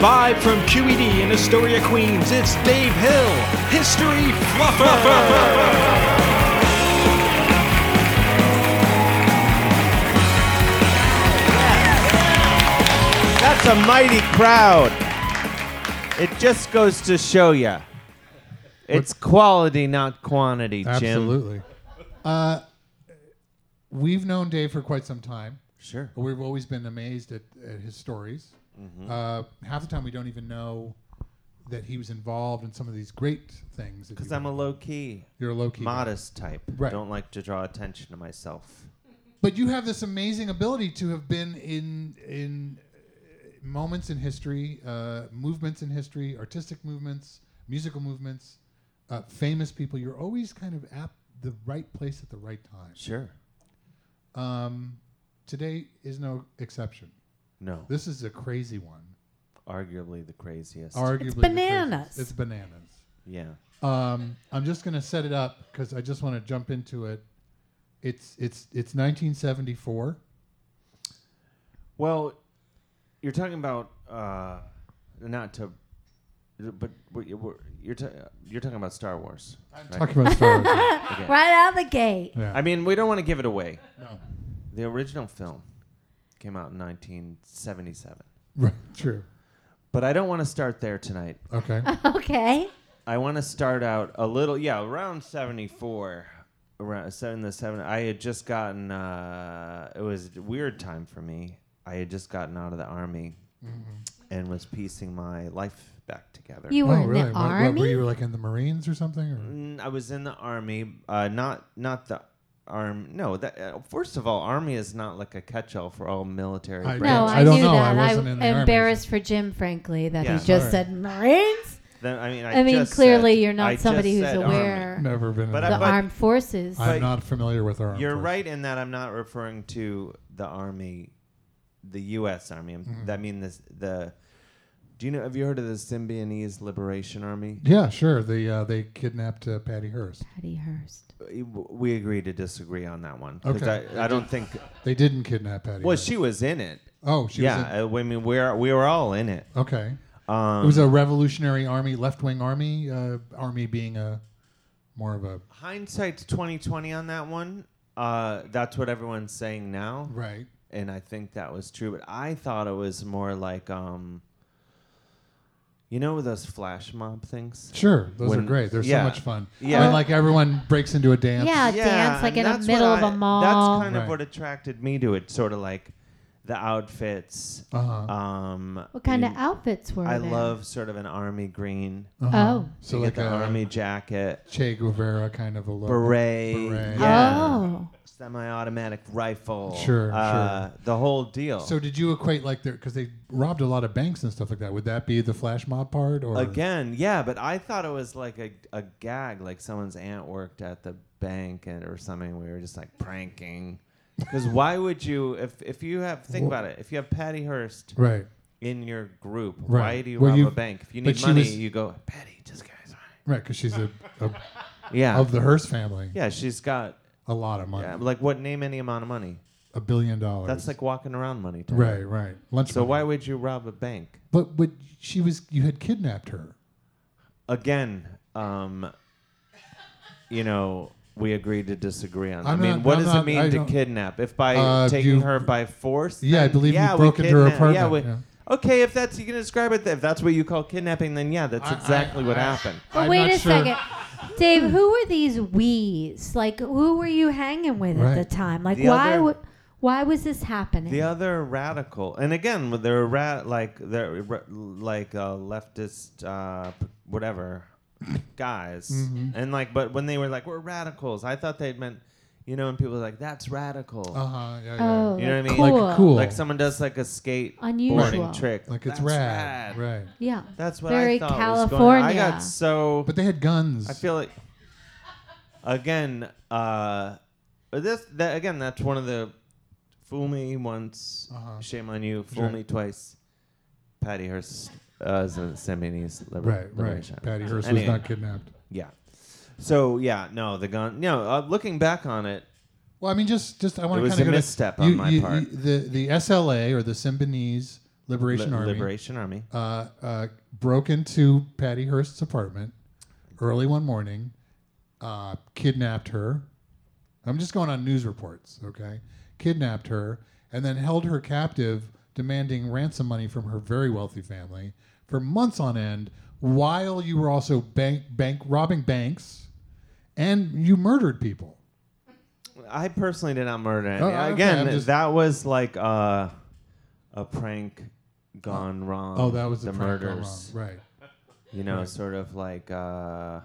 Live from E QED in Astoria, Queens, it's Dave Hill, History Fluffer. That's a mighty crowd. It just goes to show you. It's quality, not quantity, Jim. Absolutely. Uh, we've known Dave for quite some time. Sure. We've always been amazed at, at his stories. Mm-hmm. Uh, half the time, we don't even know that he was involved in some of these great things. Because I'm a low key, you're a low key, modest type. Right. Don't like to draw attention to myself. but you have this amazing ability to have been in in uh, moments in history, uh, movements in history, artistic movements, musical movements, uh, famous people. You're always kind of at the right place at the right time. Sure. Um, today is no exception. No. This is a crazy one. Arguably the craziest. Arguably, the bananas. craziest. It's bananas. yeah. Um, I'm just going to set it up because I just want to jump into it. It's it's it's 1974. Well, you're talking about uh, not to, but but you- you're ta- you're talking about Star Wars. right? Talking about Star Wars. Right out the gate. Yeah. I mean, we don't want to give it away. No. The original film came out in 1977, Right. True. but I don't want to start there tonight. Okay. Okay. I want to start out a little, yeah, around 74. Around seven to seven, I had just gotten. Uh, it was a weird time for me. I had just gotten out of the army, and was piecing my life back together. You were oh, in really? the what, army? what were you like in the Marines or something? Or? Mm, I was in the army. Uh, not not the arm. No, that uh, first of all, army is not like a catch-all for all military. I- branches. no, Yeah, I, I don't knew know. I that. I wasn't in the am army, embarrassed for Jim, frankly, that Yeah. he just Alright. said Marines. Then, I mean, I, I mean, just clearly said- you're not I just somebody who's said um, army. aware Never been. But in I- of the the armed forces. I'm not familiar with our. armed You're forces. right in that I'm not referring to the army, the U.S. Army. I'm, Mm-hmm. I mean this the. Do you know? Have you heard of the Symbionese Liberation Army? Yeah, sure. The uh, they kidnapped uh, Patty Hearst. Patty Hearst. We agree to disagree on that one because Okay. I, I don't think. They didn't kidnap Patty. Well, Hearst. she was in it. Oh, she was. yeah, I mean, we're we were all in it. In, okay. Um, it was a revolutionary army, left wing army. Uh, army being a more of a hindsight 2020 on that one uh, that's what everyone's saying now right. and i think that was true but i thought it was more like um, you know those flash mob things Sure, those When- are great. They're yeah. so much fun. Yeah. Yeah, when, like everyone breaks into a dance. Yeah, dance like and in the that's what middle of I- a mall. that's kind of Right. what attracted me to it sort of like the outfits Uh-huh. um, what kind of you- outfits were i there? love sort of an army green Uh-huh. Oh. so You like get the a army jacket Che Guevara kind of a look. beret, Beret. yeah Oh. semi-automatic rifle Sure, uh, the whole deal So did you equate like their because they robbed a lot of banks and stuff like that? Would that be the flash mob part or Again, yeah, but I thought it was like a, a gag, like someone's aunt worked at the bank and, or something. We were just like pranking. Because why would you, if, if you have, think about it, if you have Patty Hearst Right. in your group, Right. why do you Well, rob you- a bank? If you but need she money, was- you go, Patty, just give me some money. Right, because she's a, a Yeah. of the Hearst family. yeah, she's got, A lot of money. yeah, like, what, name any amount of money. a billion dollars. That's like walking around money. To her. Right, right. Lunch So money. why would you rob a bank? But but she was you had kidnapped her. Again, um, you know, we agreed to disagree on. i I'm mean, not- what I'm does it not- mean I to don't- kidnap? If by Uh, taking you- her by force? Yeah, I then believe you yeah, we broke into her kidnapped- Yeah, we, apartment, Okay, if that's you can describe it, if that's what you call kidnapping, then yeah, that's I- I- exactly what I- happened. But I'm wait not a sure. second. Dave, who were these wees? Like, who were you hanging with at Right. the time? Like, The why other- w- why was this happening? The other radical, and again, with their rat like they're ra- like uh, leftist, uh, p- whatever guys, Mm-hmm. and like, but when they were like, we're radicals, I thought they'd meant, you know, and people were like, that's radical. Uh huh. Yeah, yeah. oh, You know what I like, mean? Cool. Like cool. Like someone does like a skate Unusual. boarding trick. Like it's That's rad. rad. Right. Yeah. That's what Very I thought was going California. on. I got so But they had guns. I feel like again, uh this that again that's one of the fool me once, Uh-huh. shame on you, fool Sure. me twice. Patty Hearst uh, is a Seminese liber- Right, right. liberation. Patty Hearst Anyway. was not kidnapped. Yeah. So yeah, no, the gun. No, uh, looking back on it, Well, I mean, just just I It want was to kind a of misstep on my part. the the SLA or the Symbionese Liberation Li- Army, Liberation Army. uh, uh, broke into Patty Hearst's apartment early one morning, uh, kidnapped her. I'm just going on news reports, okay? Kidnapped her and then held her captive, demanding ransom money from her very wealthy family for months on end, while you were also bank bank robbing banks, and you murdered people. I personally did not murder any. Oh, okay, Again, I'm just- that was like a, a prank gone wrong. Oh, that was the, the prank gone murders. wrong. right? You know, sort of like uh,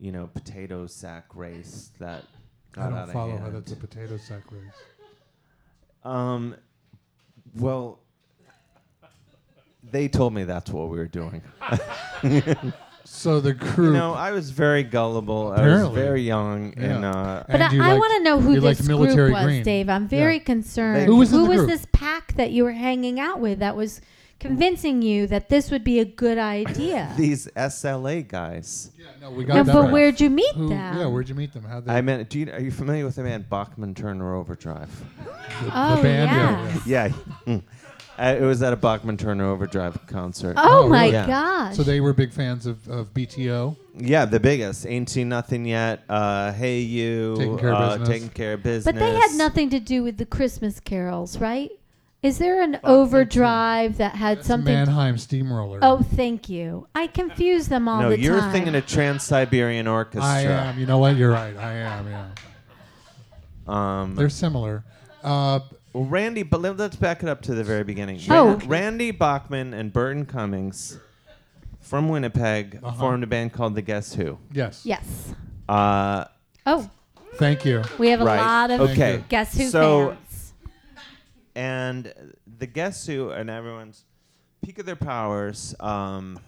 you know, potato sack race that got I out don't of follow how hand. that's a potato sack race. Um, well, they told me that's what we were doing. So the group. You know, I was very gullible. I was Apparently. very young, and Yeah. uh, But And you I, I liked- want to know you who liked this military group was, green. Dave. I'm Yeah. very concerned. Who was in the group? this pack that you were hanging out with that was convincing you that this would be a good idea? these SLA guys. Yeah, no, we got no, that. but right. where'd you meet Who- them? Yeah, where'd you meet them? How they? I mean, do you, are you familiar with the man Bachman Turner Overdrive? oh, band, yeah, yeah. yeah. Yeah, uh, it was at a Bachman Turner Overdrive concert. Oh, Oh, my really? Yeah. gosh. so they were big fans of, of BTO. Yeah, the biggest. Ain't seen nothing yet. Uh, hey you. Taking care of uh, business. Taking care of business. but they had nothing to do with the Christmas carols, right? Is there an overdrive that had something? Mannheim Steamroller. oh, thank you. I confuse them all No, the you're time. thinking of Trans Siberian Orchestra. I am. You know what? You're right. I am. Yeah, Um, they're similar. Uh, Well, Randy, but let- let's back it up to the very beginning. Sure. Ran- Oh. Randy Bachman and Burton Cummings from Winnipeg Uh-huh. formed a band called The Guess Who. yes. yes. Uh, Oh, Thank you. we have a Right. lot of Okay. guess who So- fans. and The Guess Who and everyone's peak of their powers. Um,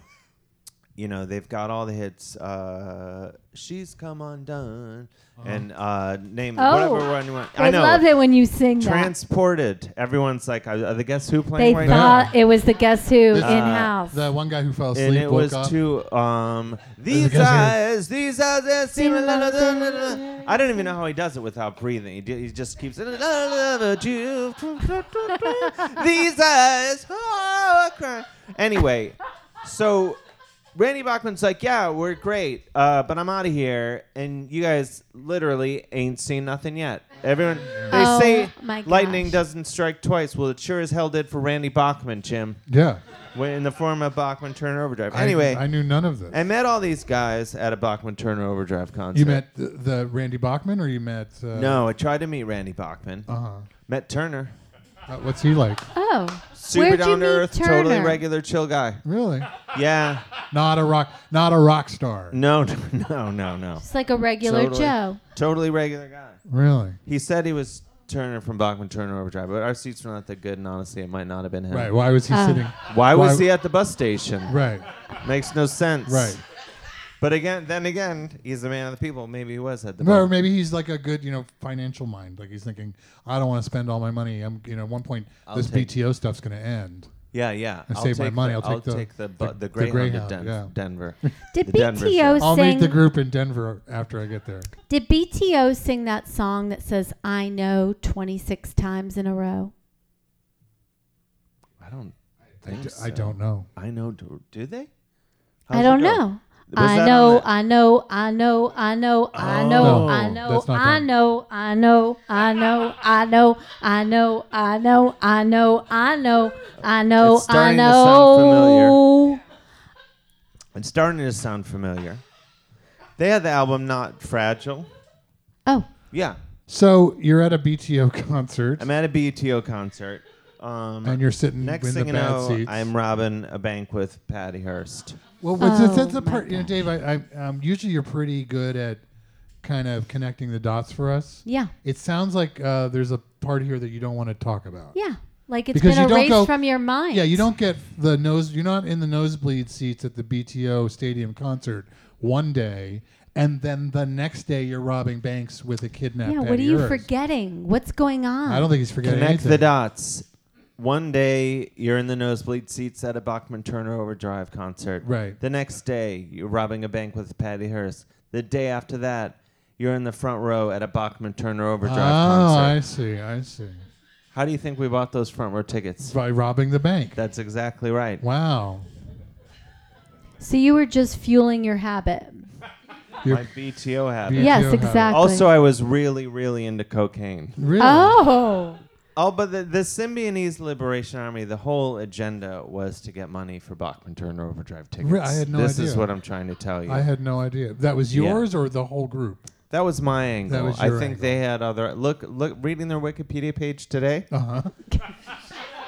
you know, they've got all the hits. Uh, She's Come Undone and uh, name Oh. whatever one you want. I, I know. love it when you sing that. Transported. Everyone's like, are, are The Guess Who They playing right now? thought it was the guess who in Uh, house. The one guy who fell asleep and it woke was up. too um these guess here. eyes these eyes that seem la- la- la- la- la- I don't even know how he does it without breathing he, d- he just keeps "La- la- la- la- ju- these eyes oh, I cry." anyway so Randy Bachman's like yeah we're great uh, but I'm out of here and you guys literally ain't seen nothing yet everyone they Oh, say my gosh. lightning doesn't strike twice well it sure as hell did for Randy Bachman Jim yeah. when- in the form of Bachman Turner Overdrive. I- Anyway, I, I, knew none of this. met all these guys at a Bachman Turner Overdrive concert. you met the, the Randy Bachman, or you met? Uh, No, I tried to meet Randy Bachman. Uh-huh. Met Turner. Uh, what's he like? oh, Super where'd you down meet to earth, Turner? totally regular, chill guy. Really? Yeah. Not a rock. Not a rock star. No, no, no, no, no. It's like a regular Totally. Joe. Totally regular guy. Really? He said he was Turner from Bachman Turner Overdrive, but our seats were not that good, and honestly, it might not have been him. Right. Why was he Oh. sitting? Why was Why- he at the bus station? Right. Makes no sense. Right. But again, then again, he's the man of the people. Maybe he was at the Or bus. maybe he's like a good, you know, financial mind. Like he's thinking, I don't want to spend all my money. I'm, you know, at one point this take- BTO stuff's going to end. Yeah, yeah. I saved my take money. The, I'll take the- take the the- bu- the, the Greyhound, to Greyhound, Den- yeah. Denver. Did The Denver BTO show. I'll sing? meet the group in Denver after I get there. Did BTO sing that song that says "I know" twenty six times in a row? I don't. I, Think d- so. I don't know. I know. Do, do they? I How's don't it go? know. Was I that know, on the- I know, I know, I know, I Oh. know, I No, know, that's not I them. know, I know, I know, I know, I know, I know, I know, I know, I know, It's starting to sound I know. It's starting to sound familiar. They had the album Not Fragile. Oh, Yeah. So you're at a BTO concert I'm at a BTO concert. Um, and you're sitting next in the thing you bad know, seats. I'm robbing a bank with Patty Hearst. well, what's Oh, that's the my part, you know, Dave. I, I um, usually you're pretty good at kind of connecting the dots for us. yeah, It sounds like uh, there's a part here that you don't want to talk about. yeah. Like it's Because been you don't go- erased from your mind. Yeah, you don't get the nose. You're not in the nosebleed seats at the BTO Stadium concert one day, and then the next day you're robbing banks with a kidnap. Yeah, what are Patty you Hearst. forgetting? What's going on? I don't think he's forgetting Connect anything. the dots. One day you're in the nosebleed seats at a Bachman Turner Overdrive concert. Right. The next day you're robbing a bank with Patty Hearst. The day after that you're in the front row at a Bachman Turner Overdrive Oh, I concert. see. I see. How do you think we bought those front row tickets? by robbing the bank. That's exactly right. Wow. So you were just fueling your habit. My BTO habit. Yeah. Yes, fuel habit. exactly. Also, I was really, really into cocaine. Really? oh, Oh, but the, the Symbionese Liberation Army, the whole agenda was to get money for Bachman Turner Overdrive tickets. Re- I had no this is idea. what I'm trying to tell you. I had no idea. That was Yeah. yours or the whole group? that was my angle. That was I your think angle. they had other look look reading their Wikipedia page today. Uh huh.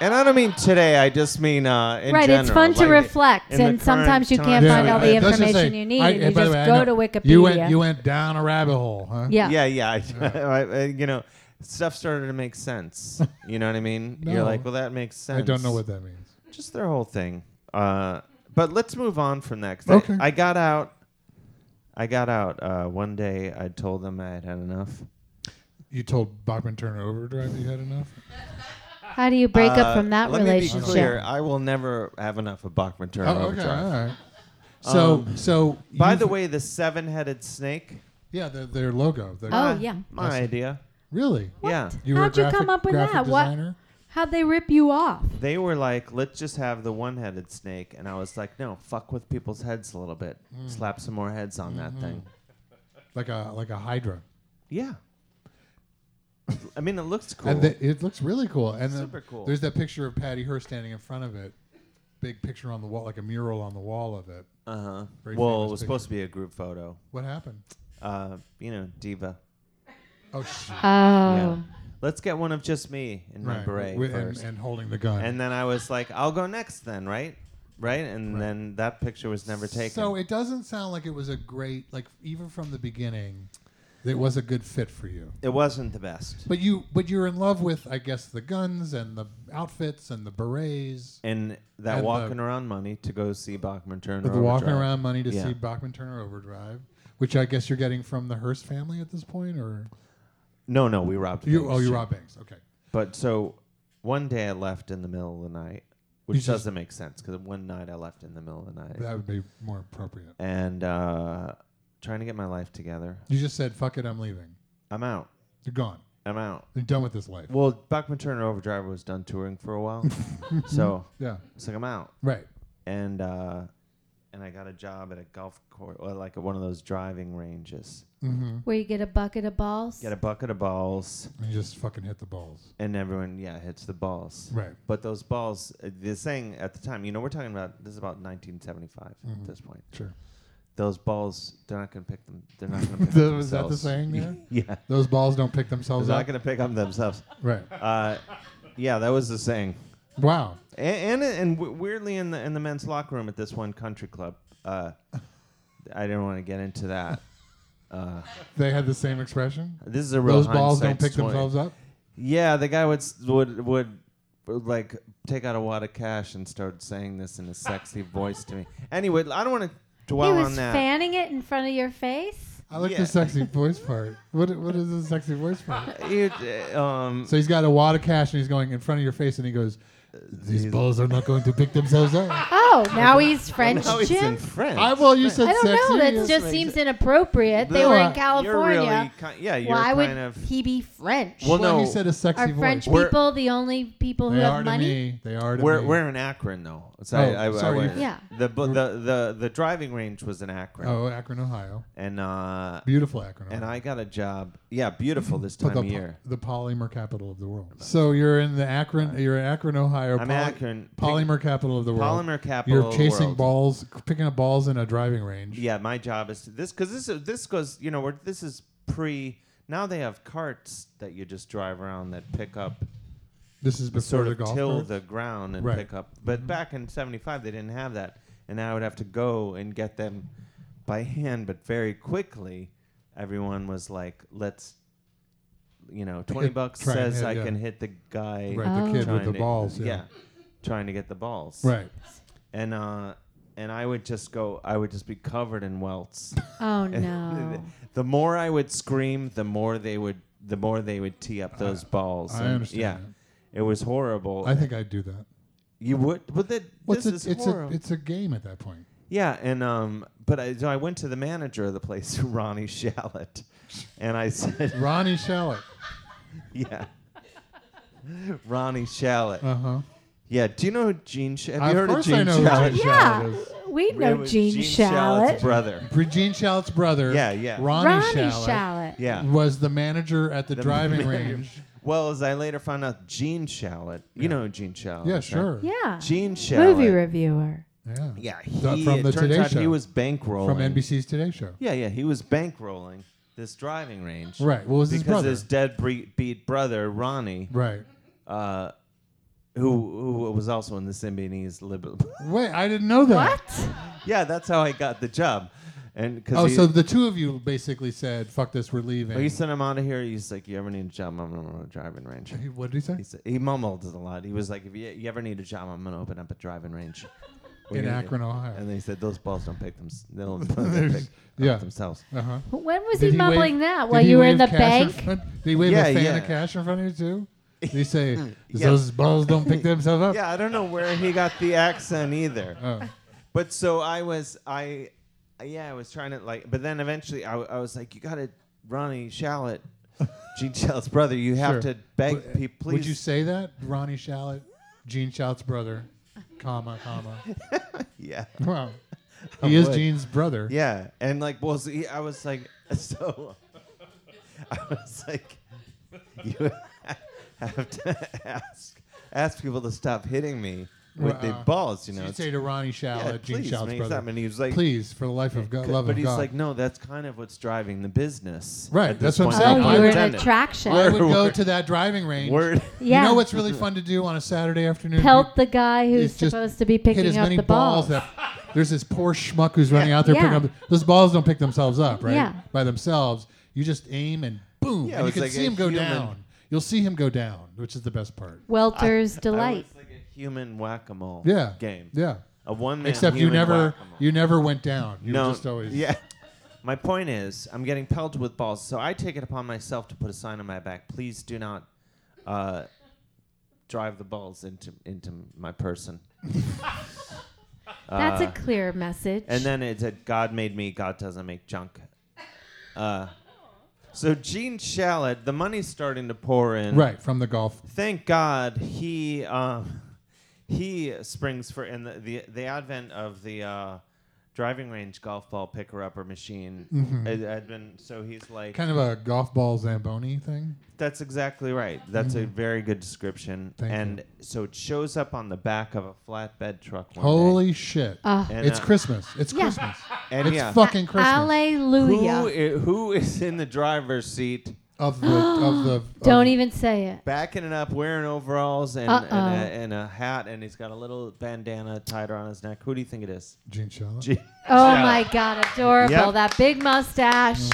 And I don't mean today. I just mean uh, in right. it's general, fun to like, reflect, in the and sometimes current you time- can't find all the information you need. and you just go to Wikipedia. You went, you went down a rabbit hole, huh? yeah. Yeah, yeah. I, I- I- you know, stuff started to make sense. You know what I mean? You're No. like, well, that makes sense. I don't know what that means. Just their whole thing. Uh, but let's move on from that. 'cause I- Okay. I, got out. I got out uh, one day. I told them I had had enough. You told Bachman Turner Overdrive you had enough? How do you break Uh, up from that let relationship? Me be clear. I will never have enough of Bachman Turner Oh, okay. Overdrive. All right. So, so Um, By you've- the way, the seven-headed snake. yeah, their, their logo. Their, Oh, uh, yeah. My idea. really? Yeah. You How'd you come up with graphic that? What- Designer? How'd they rip you off? they were like, let's just have the one headed snake. And I was like, no, fuck with people's heads a little bit. Hmm. Slap some more heads on Mm-hmm. that thing. Like a like a hydra. Yeah. I mean, it looks cool. And the, it looks really cool. And the- Super cool. There's that picture of Patty Hearst standing in front of it. Big picture on the wall, like a mural on the wall of it. uh huh. Very Well, it famous was supposed to be a group photo. What happened? Uh, you know, diva. Oh, shit. Oh, Yeah. Let's get one of just me in my beret Wi- and, first. And, and holding the gun. then I was like, I'll go next then, right? Right? And Right. then that picture was never taken. So it doesn't sound like it was a great, like even from the beginning, it was a good fit for you. it wasn't the best. But you, but you're in love with, I guess, the guns and the outfits and the berets. And that And the- walking around money to go see Bachman Turner. With the walking Overdrive. around money to Yeah. see Bachman Turner Overdrive, which I guess you're getting from the Hearst family at this point, or No, no, we robbed. you? banks. Oh, you rob banks. Okay. But so one day I left in the middle of the night, which You just- doesn't make sense because one night I left in the middle of the night That would be more appropriate. and uh, trying to get my life together. You just said, "Fuck it, I'm leaving. I'm out. You're gone. I'm out. You're done with this life." Well, Bachman Turner Overdrive was done touring for a while, so Yeah. it's like I'm out. Right. And uh, and I got a job at a golf course, or like at one of those driving ranges. Mm-hmm. where you get a bucket of balls. Get a bucket of balls, And you just fucking hit the balls. and everyone yeah hits the balls. Right. But those balls, uh, the saying at the time, you know, we're talking about this is about 1975 Mm-hmm. at this point. Sure. Those balls, they're not going to pick them. They're not going to pick them Was that the themselves. saying? Yeah. Yeah, Those balls don't pick they're themselves not up. going to pick them themselves. Right. Uh, yeah, that was the saying. Wow. And and, and w- weirdly, in the in the men's locker room at this one country club, uh, I didn't want to get into that. Uh, They had the same expression. this is a real Those balls don't hindsight pick 20. themselves up. Yeah, the guy would s- would would would, like take out a wad of cash and start saying this in a sexy voice to me. Anyway, I don't want to he dwell was on that. fanning it in front of your face. I like Yeah. the sexy voice part. What what is the sexy voice part? It, uh, um, So he's got a wad of cash and he's going in front of your face and he goes, "These balls are not going to pick themselves up." Oh, now he's French, now it's in Jim. French. I well, you said I don't sexy. know. That yes. just makes seems it- inappropriate. They No, were uh, in you're You're really, California. ki- yeah, you're Why would kind of. he be French? Well, Well, no, he said a sexy Are voice. French We're- people the only people who they are have to money? me. They are to we're me. we're in Akron though. So Oh, I, I, sorry, I you- went- Yeah. The, bu- the the the driving range was in Akron, oh, Akron, Ohio. and uh, Beautiful Akron. Ohio. and I got a job. Yeah, beautiful this But time of the, po- year. the polymer capital of the world. So you're in the Akron. You're in Akron, Ohio. I'm poly- Akron. Polymer capital of the world. Polymer capital You're of the chasing world. balls, c- picking up balls in a driving range. Yeah, my job is to this because this is- this goes. You know, we're, this is pre. Now they have carts that you just drive around that pick up, This is before sort the of golf. till course? the ground and Right. Mm-hmm. pick up. But back in '75, they didn't have that, and I would have to go and get them by hand. But very quickly, everyone was like, "Let's." You know, twenty it, bucks try and says hit, I yeah. can hit the guy. Right, the kid with trying the to- balls. Yeah. trying to get the balls. Right. and uh, and I would just go. I would just be covered in welts. Oh no. the more I would scream, the more they would, the more they would tee up those balls. I And, understand Yeah, that. it was horrible. I think I'd do that. you would, but that What's this it, is it's a horrible. it's a game at that point. yeah, and um, but I, so I went to the manager of the place, Ronnie Shallett, and I said, Ronnie Shallett. yeah. Ronnie Shallot. Uh huh. yeah, do you know who Gene? Sh- have Of you Uh-huh. heard of course I Gene know who Shalit? Gene Yeah, Shallot is- we It know was Gene, Shalit. Shallot's brother. Gene Shallot's brother. Yeah, yeah. Ronnie, Ronnie Shallot, Shalit. Yeah. was the manager at the, driving range. Well, as I later found out, Gene Shalit. You know Gene Shalit. Yeah, sure. Yeah. Gene Shalit. Movie reviewer. Yeah. Yeah, The- he, from it the turns Today out he Show. was bankrolling. From NBC's Today Show. Yeah, yeah, he was bankrolling this driving range. Right. Well, it was his because brother. his dead bre- beat brother Ronnie, Right. uh, who who was also in the Symbionese Liberal. Wait, I didn't know that. What? yeah, that's how I got the job, and because Oh, he, so the two of you basically said, "Fuck this, we're leaving." he sent him out of here. He's like, "You ever need a job? I'm gonna run a driving range." He- what did he say? He, said, he mumbled it a lot. He was like, "If you, you ever need a job, I'm gonna open up a driving range." We're In gonna do-" Akron, Ohio. And they said those balls don't pick them. They don't they pick Yeah. up themselves. uh huh. When was he mumbling that? While you were in the bank? did he wave Yeah, a fan yeah. of cash in front of you too? Did he say, Yeah. "Those balls don't pick themselves up"? Yeah, I don't know where he got the accent either. Oh. But so I was, I, yeah, I was trying to like, but then eventually I, I was like, you got to, Ronnie Shallot, Gene Shallot's brother, you have Sure. to beg Would- people, please. Would you say that, Ronnie Shallot, Gene Shallot's brother, comma comma? yeah. Wow, he is would. Gene's brother. Yeah. And like, well, so he- I was like, so I was like, you have to ask, ask people to stop hitting me with the Wow. balls, you uh, So know. you'd it's- say to Ronnie Shallot, yeah, Gene please, Shallot's man, brother, stop. And he was like, "Please, for the life of God, Could- love but of he's God." like, no, that's kind of what's driving the business. Right, at this that's what point. I'm saying. Like, I Oh, you would- were an pretend it. attraction. I would go Word. to that driving range. Word. Yeah. You know what's really fun to do on a Saturday afternoon? Pelt the guy who's It's just supposed to be You hit picking as up many the balls. balls. that there's this poor schmuck who's running out there Yeah. picking up. Those balls don't pick themselves up, right? Yeah. By themselves, you just aim and boom, Yeah, it and you was can like see a him go human- down. You'll see him go down, which is the best part. Welter's delight. It's like a human whack-a-mole. Yeah. Game. Yeah. A one-man. Except you human never whack-a-mole. you never went down. You no. were just always Yeah. My point is, I'm getting pelted with balls, so I take it upon myself to put a sign on my back. Please do not uh, drive the balls into into my person. That's a clear message. uh, And then it said, God made me, God doesn't make junk. Uh, so Gene Shalit, the money's starting to pour in. right from the golf. Thank God he um, he springs for and the, the the advent of the uh, driving range golf ball picker upper machine Mm-hmm. had, had been so he's like Kind of a golf ball Zamboni thing. that's exactly right. That's a very good description. Mm-hmm. Thank you. and so it shows up on the back of a flatbed truck. One Holy shit. Uh, day. And, it's uh, Christmas. It's Yeah. Christmas. and it's yeah. fucking Christmas. Who Hallelujah. i- who is in the driver's seat? of the of the of Don't even say it. backing it up, wearing overalls and, and, Uh-oh. a, and a hat, and he's got a little bandana tied around his neck. Who do you think it is? Gene Shalit. Gee, Oh my God, adorable. Yep. That big mustache,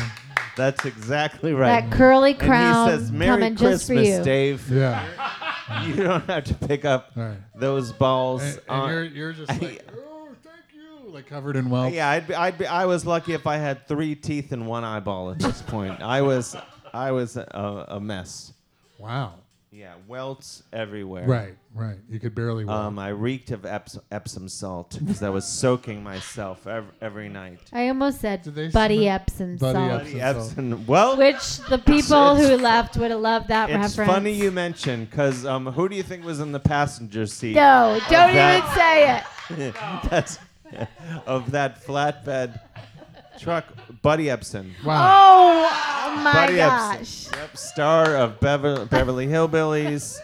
that's exactly right. that curly and crown he says, "Merry coming Christmas, just for you. Dave. yeah. You don't have to pick up All right. those balls." And, and on- you're you're just like, oh, thank you, like covered in welts. yeah, I'd be, I'd be, I was lucky if I had three teeth and one eyeball at this point. I was, I was a, a mess. Wow. Yeah, welts everywhere. Right, right. You could barely walk. Um, I reeked of Eps- Epsom salt because I was soaking myself every, every night. I almost Did they said Buddy smell- Epsom Buddy salt, Epsom. Buddy Epsom salt. Epsom. Well, which the people It's- who left would have loved that It's reference. funny you mention because um, who do you think was in the passenger seat? No, don't that- even say it. That's of that flatbed truck, Buddy Epson. wow. Oh, my Buddy gosh. Epson, yep, star of Bever- Beverly Hillbillies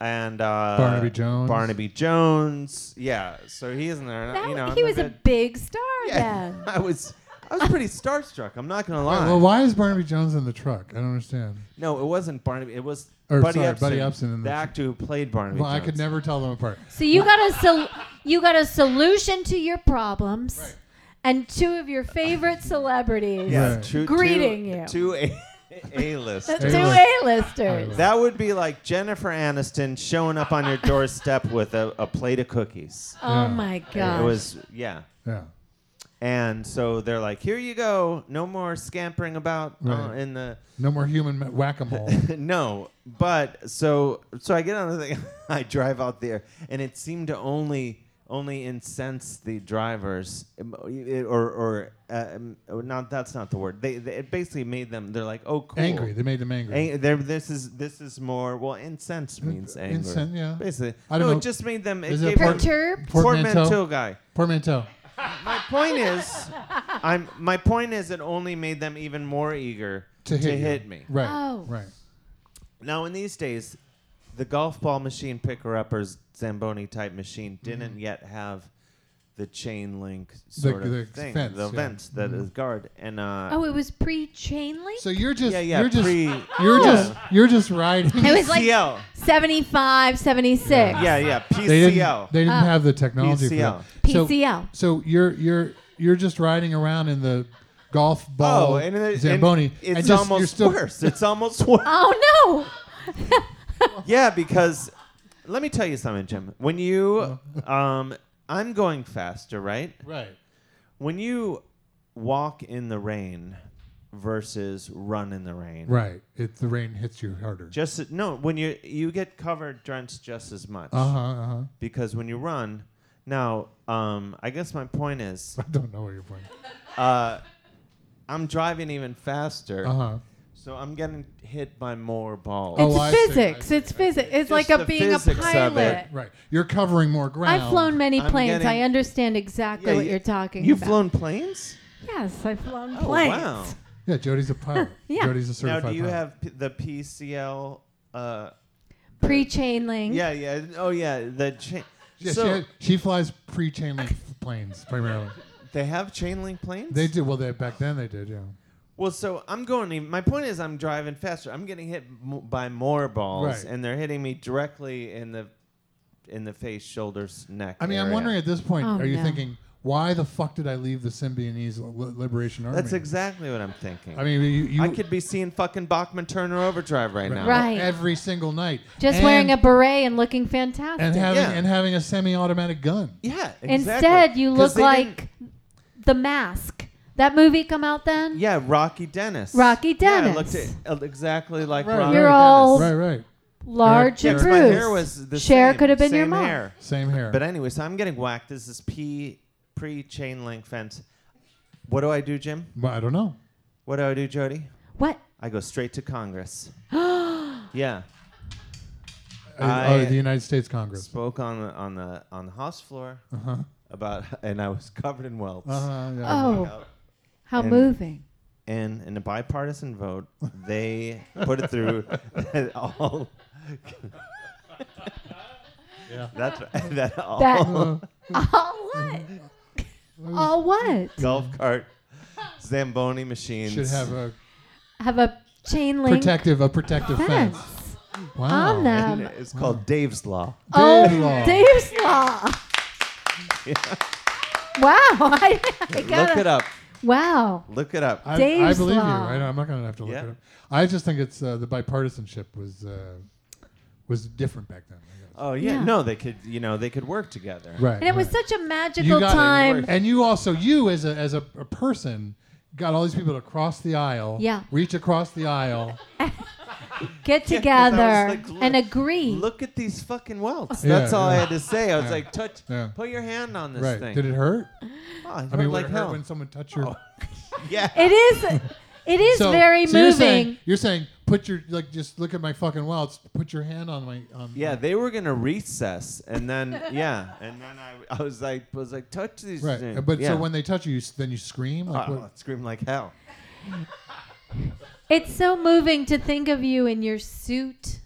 and uh, Barnaby Jones. Barnaby Jones, yeah. So he isn't there. and I- you That was- know, he I'm was a bit- big star Yeah, then. I was. I was pretty starstruck. I'm not gonna lie. Well, why is Barnaby Jones in the truck? I don't understand. no, it wasn't Oh! Barnaby. It was Or, Buddy sorry, Epson, Buddy Epson in the the- actor who played Barnaby. Well, I Jones. could never tell them apart. So you got a sol- you got a solution to your problems, and two of your favorite celebrities, Yeah, Right. two, Greeting two, you. Two A- A-list. the two A-list. A-listers. that would be like Jennifer Aniston showing up on your doorstep with a, a plate of cookies. Oh Yeah. my It gosh. was yeah. Yeah. And so they're like, "Here you go. No more scampering about uh, Right. in the No more human ma- whack-a-mole. no." But so so I get on the thing. I drive out there, and it seemed to only only incense the drivers, um, it- or or uh, um, or not. That's not the word. They, they it basically made them. They're like, oh, cool. Angry. They made them angry. Ang- there, this is this is more well. Incense means anger. incen- yeah. Basically, I don't no, know. it just made them. It Is it gave them part- Perturbed. Portmanteau? portmanteau guy. Portmanteau. My point is, I'm. My point is, it only made them even more eager To hit, you. me. Right. Oh. Right. Now, in these days, the golf ball machine picker uppers Zamboni type machine didn't yet have the chain link sort Mm-hmm. the of thing, fence, the yeah. Mm-hmm. fence that is guard, and uh, Oh, it was pre chain link? So you're just yeah, yeah, you're just pre, Oh. you're yeah. just you're just riding. it was like PCL. 75, 76. yeah, yeah, PCL. They didn't, they didn't Ah. have the technology PCL. for that. So- PCL. So, you're you're you're just riding around in the golf ball Oh, and it- and Zamboni. it's and just, almost you're still, worse. It's almost worse. Oh, no. yeah, because let me tell you something, Jim. When you, Uh-huh. um, I'm going faster, right? Right. When you walk in the rain versus run in the rain, Right. It, the rain hits you harder. Just no, when you you get covered, drenched just as much Uh huh. Uh huh. because when you run. Now, um, I guess my point is, I don't know where you're pointing. I'm driving even faster, Uh huh. so I'm getting hit by more balls. Oh, it's I see, I physics. see, it's physics. It's Just like a the being a physics of it. pilot. Right. You're covering more ground. I've flown many I'm planes. I getting- understand Oh, exactly Yeah, what you- you're talking You've about. flown planes? Yes, I've flown Oh, planes. wow. Yeah, Jody's a pilot. Yeah. Jody's a Now, certified do you pilot. have p- the PCL? Uh, Pre chain link. yeah, yeah. Oh, yeah. The chain. Yeah, so she, had- she flies pre chain link f- planes primarily. they have chain link planes. They did well. They back then they did. Yeah. Well, so I'm going. Even, my point is, I'm driving faster. I'm getting hit m- by more balls, Right. and they're hitting me directly in the in the face, shoulders, neck. I mean, I'm area. wondering at this point, Oh, are you no. thinking why the fuck did I leave the Symbionese Li- Liberation Army? That's exactly what I'm thinking. I mean, you, you I could be seeing fucking Bachman Turner Overdrive right, now. Right. every single night. Just And- wearing a beret and looking fantastic. and having Yeah. and having a semi-automatic gun. Yeah. Exactly. Instead, you 'Cause look they didn't- like the mask. That movie come out then? yeah, Rocky Dennis. Rocky Yeah, I looked Dennis. at, uh, exactly like Right, Rocky You're Dennis. all- Right, right. Large Yeah, and 'cause bruised. my hair was the Cher same- could have been your same mom. hair. Same hair. But anyway, so I'm getting whacked. This is P pre chain link fence. What do I do, Jim? But I don't know. What do I do, Jody? What? I go straight to Congress. yeah. Uh, I- oh, the United States Congress. Spoke on the on the on the House floor Uh-huh. about and I was covered in welts. Uh, yeah. Oh, how And- moving. And in a bipartisan vote, they put it through that all Yeah. that's that all That all what? All what? golf cart Zamboni machines Should have a Have a chain link protective a protective fence. fence Wow. on them. And it's called Dave's Oh. Law. Oh, Dave Law. Dave's Law. Wow. I, I gotta, Look it up. Wow. Look it up. I, I Dave's believe Law. you. I, I'm not going to have to look Yeah. it up. I just think it's uh, the bipartisanship was uh, was different back then. I guess. Oh yeah. Yeah. No, they could you know, they could work together. Right. And it was right. such a You magical got- time. And you also you as a as a, a person got all these people to cross the aisle. Yeah. Reach across the aisle. Get 'cause I was together like, look- and agree. Look at these fucking welts. Yeah, That's all I yeah. had to say. I was like, touch Yeah. put your hand on this right. thing. Did it hurt? Oh, it I hurt mean, like would it hurt hell. when someone touched your. yeah. It is. It is So- very so You're saying, moving. you're saying put your like just look at my fucking welts. Put your hand on my. On Yeah, my- they were gonna recess, and then yeah, and then I, I was like was like touch these Right, things. but yeah. so when they touch you, you s- then you scream. oh, Like, I what? scream like hell. It's so moving to think of you in your suit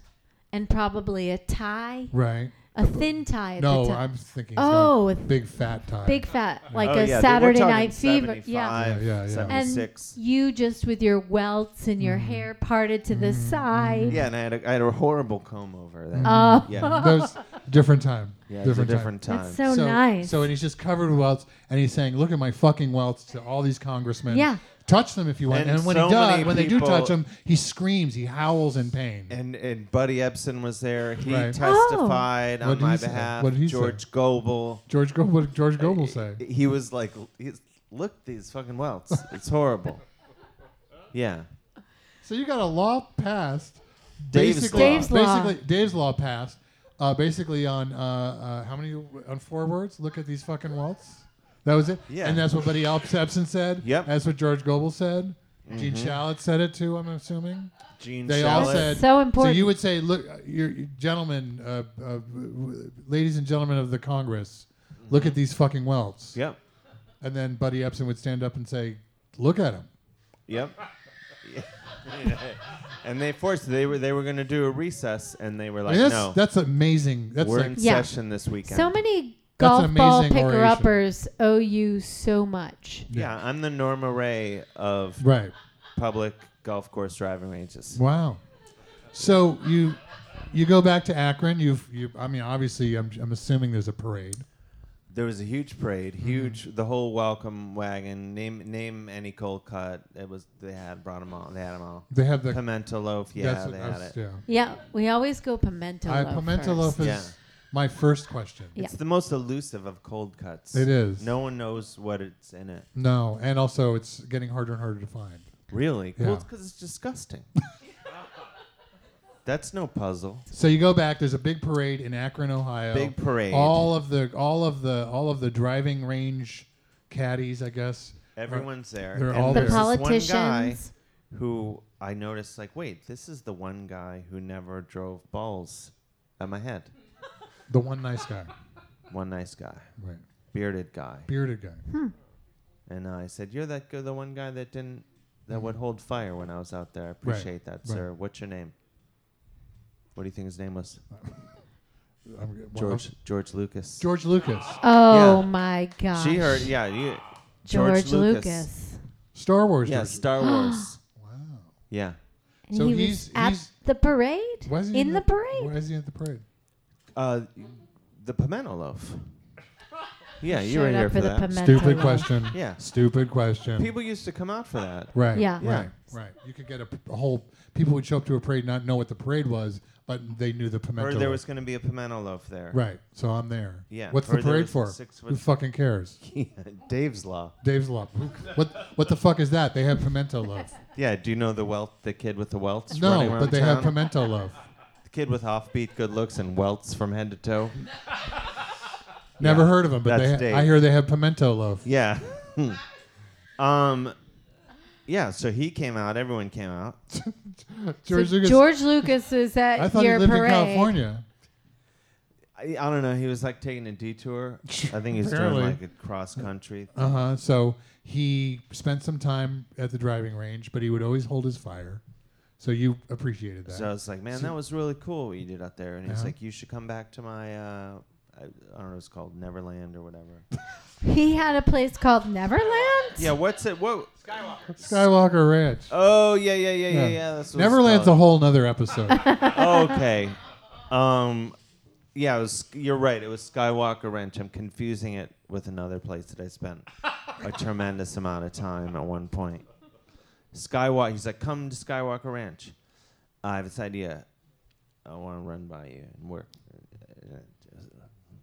and probably a tie, Right. a thin tie. At No, the time. I'm thinking. Oh, it's got a big fat tie. big fat, like Oh, a yeah, they were Saturday talking Night Fever. Yeah, 75, Yeah, yeah, yeah. And- and 76. you just with your welts and Mm. your hair parted to the side. yeah, and I had a, I had a horrible comb over that. Oh, yeah, Those different time. yeah, it's different a time. different time. that's so, nice. So and he's just covered with welts, and he's saying, "Look at my fucking welts" to all these congressmen. Yeah. Touch them if you want. And, And when so he does, many when they do people- touch him, he screams, he howls in pain. and and Buddy Ebsen was there. He Right. Oh. testified What on did my he say? behalf. What did he say? George Goebel. George Go- what did George Goebel say? He was like, he's, look these fucking welts. It's horrible. yeah. So you got a law passed. Dave's basically, law. Dave's law. basically, Dave's law passed uh, basically on uh, uh, how many on four words? Look at these fucking waltz. That was it. Yeah. And that's what Buddy Alp Sepson said. Yep. Mm-hmm. That's what George Goebel said. Gene Shalit said it too. I'm assuming. Gene They all Shalit. said So important. So you would say, look, uh, your your gentlemen, uh, uh, w- w- ladies and gentlemen of the Congress, look at these fucking welts. Mm-hmm. Yep. And then Buddy Epson would stand up and say, look at them. Yep. and they forced. They were they were going to do a recess, and they were like, that's, "No, that's amazing. That's we're like in Yeah. session this weekend." So many That's golf an ball amazing picker uppers owe you so much. yeah, I'm the Norma Ray of right. public golf course driving ranges. Wow. So you you go back to Akron. You've you. I mean, obviously, I'm I'm assuming there's a parade. There was a huge parade, Mm-hmm. huge the whole welcome wagon. Name name any cold cut. It was they had brought them all. They had them all. They have the. Pimento loaf. that's Yeah, what they I had it. was- Yeah. Yeah, we always go pimento I, loaf. pimento first. loaf is Yeah. my first question. Yeah. It's the most elusive of cold cuts. It is. No one knows what it's in it. No, and also it's getting harder and harder to find. Really? Yeah. Well, it's because it's disgusting. That's no puzzle. So you go back. There's a big parade in Akron, Ohio. Big parade. All of the all of the all of the driving range caddies, I guess. are- Everyone's there. They're and all The there's there. this One guy politicians. who I noticed, like, wait, this is the one guy who never drove balls at my head. the one nice guy, One nice guy, right? bearded guy. Bearded guy. Hmm. And I said, "You're that g- the one guy that didn't that would hold fire when I was out there. I appreciate that, Mm-hmm. right. sir. What's your name? What do you think his name was? I'm- well, George I'm- George Lucas. George Lucas. Oh Yeah. my gosh. She heard, yeah, you, George, Lucas. Star Wars. yeah, George Star Wars, Wow. yeah. And So he was he's- at he's- the parade? Why is he in the parade? Why is he at the parade? Uh, the pimento loaf. Yeah, you Showed were up here for, the that. pimento Stupid loaf. question. Yeah. Stupid question. People used to come out for that. right. Yeah. Right. Yeah. Right. You could get a, p- a whole. People would show up to a parade, not know what the parade was, but they knew the pimento. Heard there was- was going to be a pimento loaf there. Right. So I'm there. Yeah. What's the Or there parade was for? six Who with- fucking cares? Yeah, Dave's Law. Dave's love. What what the fuck is that? They have pimento love. Yeah, do you know the welt, the kid with the welts? running No, around but they town? have pimento love. The kid with offbeat good looks and welts from head to toe. Never heard of them, but that's they Dave. I hear they have pimento love. Yeah. um, yeah. So he came out. Everyone came out. So George, George Lucas. Lucas is at I thought your he lived parade. in California. I, I don't know. He was like taking a detour. I think he was doing Apparently. like a cross country. Uh huh. So he spent some time at the driving range, but he would always hold his fire. So you appreciated that. So I was like, man, that was really cool what you did out there. And he was Uh-huh. like, you should come back to my, uh, I, I don't know, it's called Neverland or whatever. He had a place called Neverland? yeah, what's it? Whoa. Skywalker Ranch. Oh, yeah, yeah, yeah, yeah, Yeah. yeah. That's what it's Neverland's a called. whole nother episode. Oh, okay. Um, yeah, it was, you're right. It was Skywalker Ranch. I'm confusing it with another place that I spent a tremendous amount of time at one point. Skywalker. He's like, come to Skywalker Ranch. I have this idea. I want to run by you and work.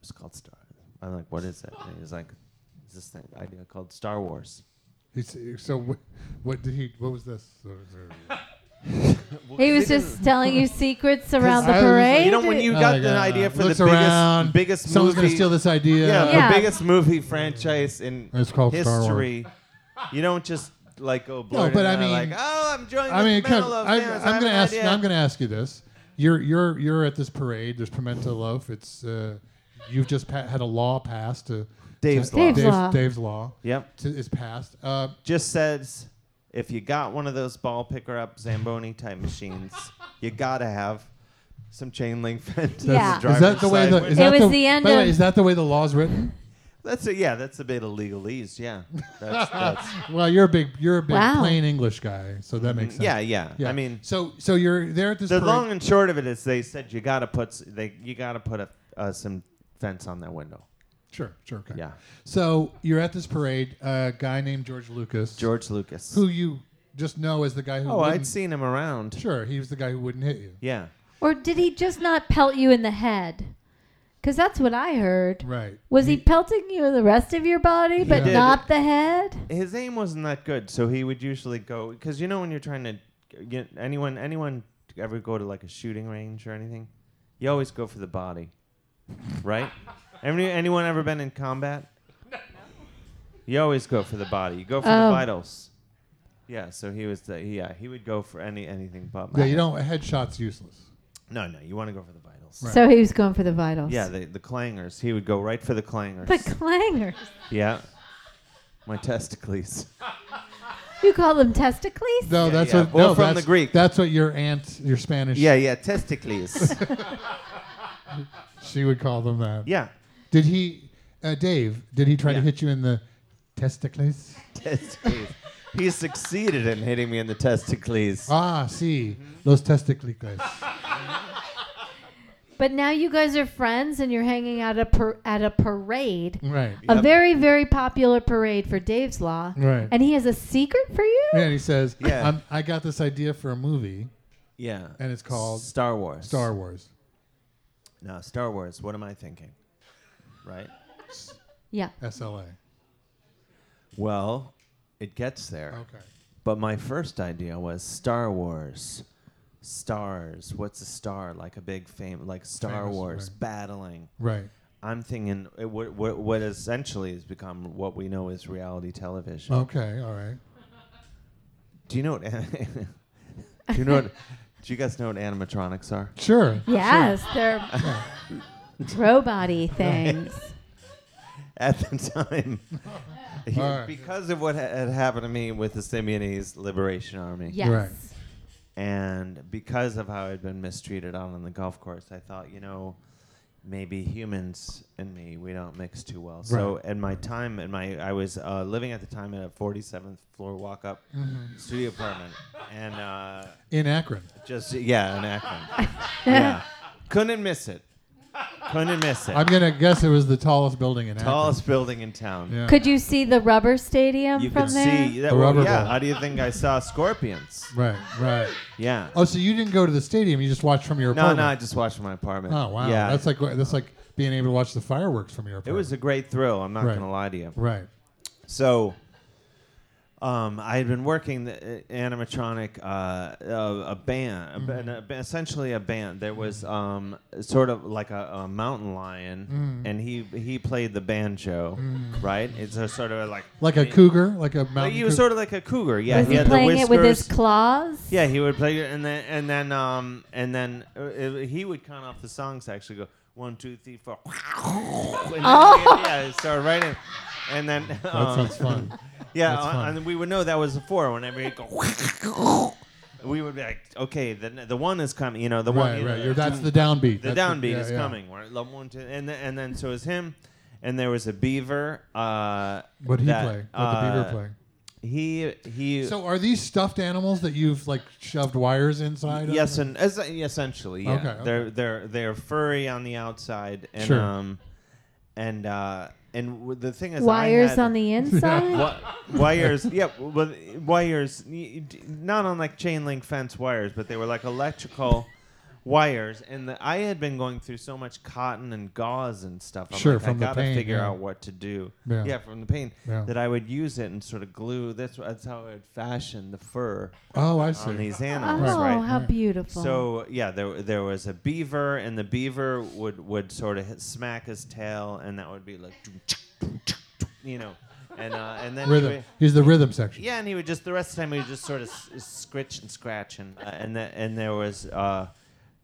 It's called Star. I'm like, what is it? And he's like, it's this thing, idea called Star Wars. He's, so what, what did he? What was this? He was just telling you secrets around the I was just like, parade. You know when you Oh got my the God. idea for Looks the biggest, around. biggest Someone's movie. gonna steal this idea. Yeah, Yeah. the biggest movie franchise in It's called Star Wars. history. You don't just like go blurting but I out like, mean- oh, I'm joining. I mean, the come, Pimento Loaf I'm, Dance. I I'm have gonna an ask. idea." I'm gonna ask you this. You're you're you're at this parade. There's pimento loaf. It's uh, you've just pa- had a law passed to Dave's to- law. Dave's law. Dave's law Yep. to, is passed. Uh, Just says if you got one of those ball picker up Zamboni type machines, you gotta have some chain link fence. Yeah. Is is that the way the? Is It that was the, the end by the of- way, is that the way the law's written? that's a, yeah, that's a bit of legalese. Yeah, that's, that's, Well, you're a big you're a big Wow. plain English guy, so that makes sense. yeah, yeah, I mean, so so you're there at this. the parade. long and short of it is they said you gotta put s- they you gotta put a, uh, some fence on that window. Sure, sure, okay. Yeah. So you're at this parade. A guy named George Lucas, George Lucas. who you just know as the guy who. oh, wouldn't- I'd seen him around. Sure, he was the guy who wouldn't hit you. Yeah. Or did he just not pelt you in the head? Because that's what I heard. Right. Was he pelting you in the rest of your body, but did. not the head? His aim wasn't that good, so he would usually go because you know when you're trying to get anyone anyone ever go to like a shooting range or anything, You always go for the body, right? Any, anyone ever been in combat? You always go for the body. You go for Oh. Um. the vitals. Yeah, so he was the yeah he would go for any anything but Yeah, you don't. a Headshot's useless. no no you want to go for the vitals Right. So he was going for the vitals. yeah the, the clangers he would go right for the clangers The clangers. yeah my testicles You call them testicles? No, Yeah, that's yeah. what. Well, no, from that's- the Greek. That's what your aunt, your Spanish. yeah yeah testicles She would call them that. yeah Did he, uh, Dave? Did he try to Yeah. hit you in the testicles? testicles he succeeded in hitting me in the testicles Ah, see, los testicles. But now you guys are friends and you're hanging out at a, par- at a parade. right. A very, very popular parade for Dave's Law. Right. And he has a secret for you? And he says, Yeah. "Um, I got this idea for a movie, yeah and it's called Star Wars Star Wars. no Star Wars what am I thinking right Yeah. SLA. well it gets there Okay. But my first idea was Star Wars. Stars. What's a star? Like a big fame, like Star Famous, Wars right. battling. Right. I'm thinking it, what, what, what essentially has become what we know as reality television. Okay. All right. Do you know what? do you know what? Do you guys know what animatronics are? Sure. Yes, they're robot things. At the time, All right. because of what ha- had happened to me with the Simeonese Liberation Army, Yes. Right. And because of how I'd been mistreated out on the golf course, I thought, you know, maybe humans and me, we don't mix too well. So Right. at my time, and my I was uh, living at the time in a 47th floor walk up Mm-hmm. studio apartment, and uh, In Akron. just yeah, in Akron, yeah, couldn't miss it, couldn't miss it. I'm gonna guess it was the tallest building in Tallest building in town. Akron. Yeah. Could you see the rubber stadium You from could there? see that. The rubber yeah, ball. how do you think I saw scorpions? Right. Right. Yeah. Oh, so you didn't go to the stadium? You just watched from your no, apartment? no, I just watched from my apartment. Oh wow, Yeah, that's like that's like being able to watch the fireworks from your It apartment. was a great thrill. I'm not Right. going to lie to you. right. So, um, I had been working the uh, animatronic, uh, uh, a band, a ba- an- a- essentially a band. There was um, sort of like a, a mountain lion, and he he played the banjo, right? It's a sort of like Like a cougar, like a Like mountain. he was cougar. sort of like a cougar. Yeah, Was he, had playing the it with his whiskers. claws? Yeah, he would play it, and then and then um and then uh, uh, he would count off the songs. to Actually, go one, two, three, four. And then, oh. yeah, start right in, and then that um, sounds fun. yeah, that's uh, fun. and we would know that was a four whenever he'd go. We would be like, okay, the the one is coming. You know, the right, one. right. uh, You're- that's the downbeat. the That's downbeat yeah, is yeah. coming. Right? Love one, two, and then, and then so is him, and there was a beaver. Uh, What he that, play? What the uh, beaver He he. play? So are these stuffed animals that you've like shoved wires inside? of? Yes, and es- essentially, yeah. Okay, okay. They're they're they're furry on the outside, and Sure. um, and uh, and w- the thing is, Wires on the the inside? Wi- wires, yeah, but wires, y- d- not on like chain link fence wires, but they were like electrical wires. And the, I had been going through so much cotton and gauze and stuff. I'm Sure, like, from I the gotta pain, figure yeah. out what to do. Yeah. Yeah, from the pain Yeah. that I would use it and sort of glue. That's that's how I would fashion the fur Oh, I on see. these animals, Oh, right? how beautiful. So yeah, there there was a beaver, and the beaver would would sort of hit, smack his tail, and that would be like, you know, and uh, and then he Rhythm. would- He's the rhythm section. yeah, and he would just the rest of the time he would just sort of s- scritch and scratch, and uh, and the, and there was. Uh,